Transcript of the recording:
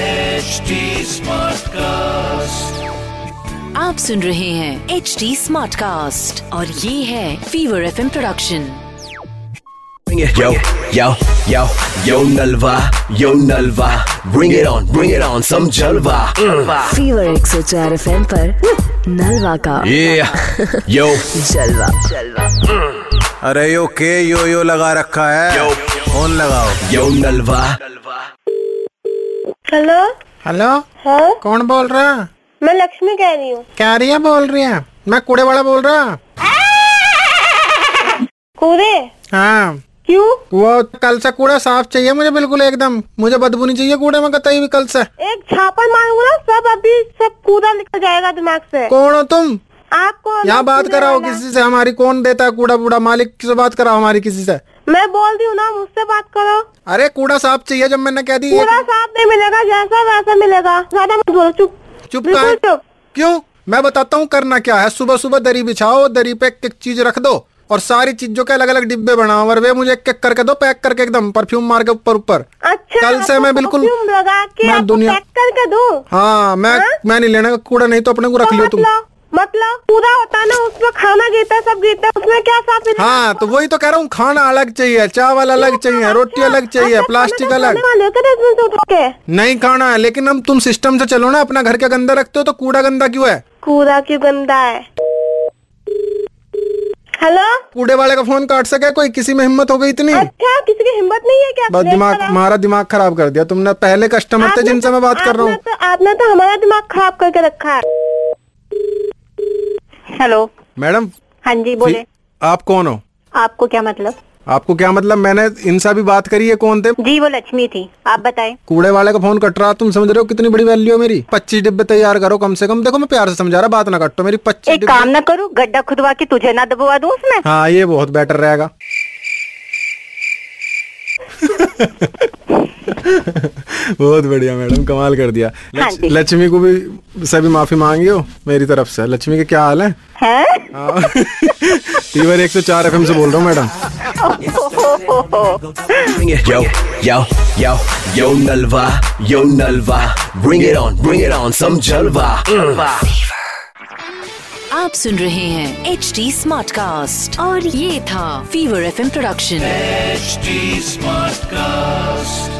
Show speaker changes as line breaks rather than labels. HD Smartcast.
आप सुन रहे हैं एच डी स्मार्ट कास्ट और ये है fever F production
Bring it. Yo, yo, yo, yo Nalva, yo Nalva. Bring it on, bring it on, some Jalva. Mm.
Fever एक सौ चार एफ एम नलवा का
Yeah, yo,
जलवा जलवा
अरे यो के यो यो लगा रखा है
Yo.
फोन लगाओ
yo Nalva.
हेलो
हेलो
हाँ
कौन बोल रहा
मैं लक्ष्मी कह रही हूँ
क्या रिया बोल रही है मैं कूड़े वाला बोल रहा
कूदे
हाँ
क्यों
वो कल से कूड़ा साफ चाहिए मुझे बिल्कुल एकदम मुझे बदबू नहीं चाहिए कूड़े में कतई भी कल से
एक छापा मारूंगा ना सब अभी सब कूदा निकल जाएगा दिमाग से
कौन हो तुम
आपको
यहाँ बात कराओ किसी से हमारी कौन देता है कूड़ा बूढ़ा मालिक से बात कराओ हमारी किसी से
मैं बोल रही हूँ ना मुझसे बात करो
अरे कूड़ा साफ चाहिए जब मैंने कह दी
पूरा साथ नहीं मिलेगा जैसा वैसा मिलेगा ज्यादा मत बोलो चुप
चुप
बिल्कुल
का
चुप
क्यों मैं बताता हूँ करना क्या है सुबह सुबह दरी बिछाओ दरी पे एक चीज रख दो और सारी चीजों के अलग अलग डिब्बे बनाओ और वे मुझे एक एक करके दो पैक करके एकदम परफ्यूम मार के ऊपर ऊपर
अच्छा
कल से
आपको
मैं बिल्कुल-
perfume लगा के
मैं
आपको
दुनिया-
पैक करके दो
हाँ मैं
हाँ?
मैं नहीं लेना कूड़ा नहीं तो अपने को रख लियो तुम
मतलब पूरा होता है ना उसमें खाना गिरता है, सब गिरता है अच्छा, उसमें क्या साफ मिलेगा
हाँ तो वही तो कह रहा हूँ खाना अलग चाहिए चावल अलग चाहिए रोटी अलग
अच्छा,
चाहिए प्लास्टिक अलग
अलग
नहीं खाना है लेकिन हम तुम सिस्टम से चलो ना अपना घर के गंदा रखते हो तो कूड़ा गंदा क्यों है
कूड़ा क्यों गंदा है हेलो
कूड़े वाले का फोन काट सके कोई किसी में हिम्मत हो गई इतनी
अच्छा किसी की हिम्मत नहीं है क्या
बस
ब्रेक
दिमाग
करा-
हमारा दिमाग खराब कर दिया तुमने पहले कस्टमर थे
आपने
जिनसे
तो-
मैं बात कर रहा
आपने
हूँ
तो, आपने तो हमारा दिमाग खराब करके रखा है हेलो
मैडम
हाँ जी
फी-
बोले
आप कौन हो
आपको क्या मतलब
आपको क्या मतलब मैंने इनसे भी बात करी है कौन थे
जी वो लक्ष्मी थी आप बताएं
कूड़े वाले का फोन कट रहा तुम समझ रहे हो कितनी बड़ी वैल्यू है मेरी पच्चीस डिब्बे तैयार करो कम से कम देखो मैं प्यार से समझा रहा बात ना कटो मेरी पच्चीस
एक
डिब्बे
काम ना करूँ गड्ढा खुदवा के तुझे ना दबवा दूं उसमें
हाँ ये बहुत बेटर रहेगा बहुत बढ़िया मैडम कमाल कर दिया
हाँ
लक्ष-
जी।
लक्ष्मी को भी सभी माफी मांगी हो मेरी तरफ से लक्ष्मी के क्या हाल है
हैं
फीवर एक सौ चार एफ से बोल रहा हूँ मैडम हाँ।
Bring it. Yo, yo, yo, yo Nalva, yo Nalva. Bring it on, bring it on, some Jalva. Mm.
आप सुन रहे हैं एच डी स्मार्ट कास्ट और ये था fever F production
HD Smartcast.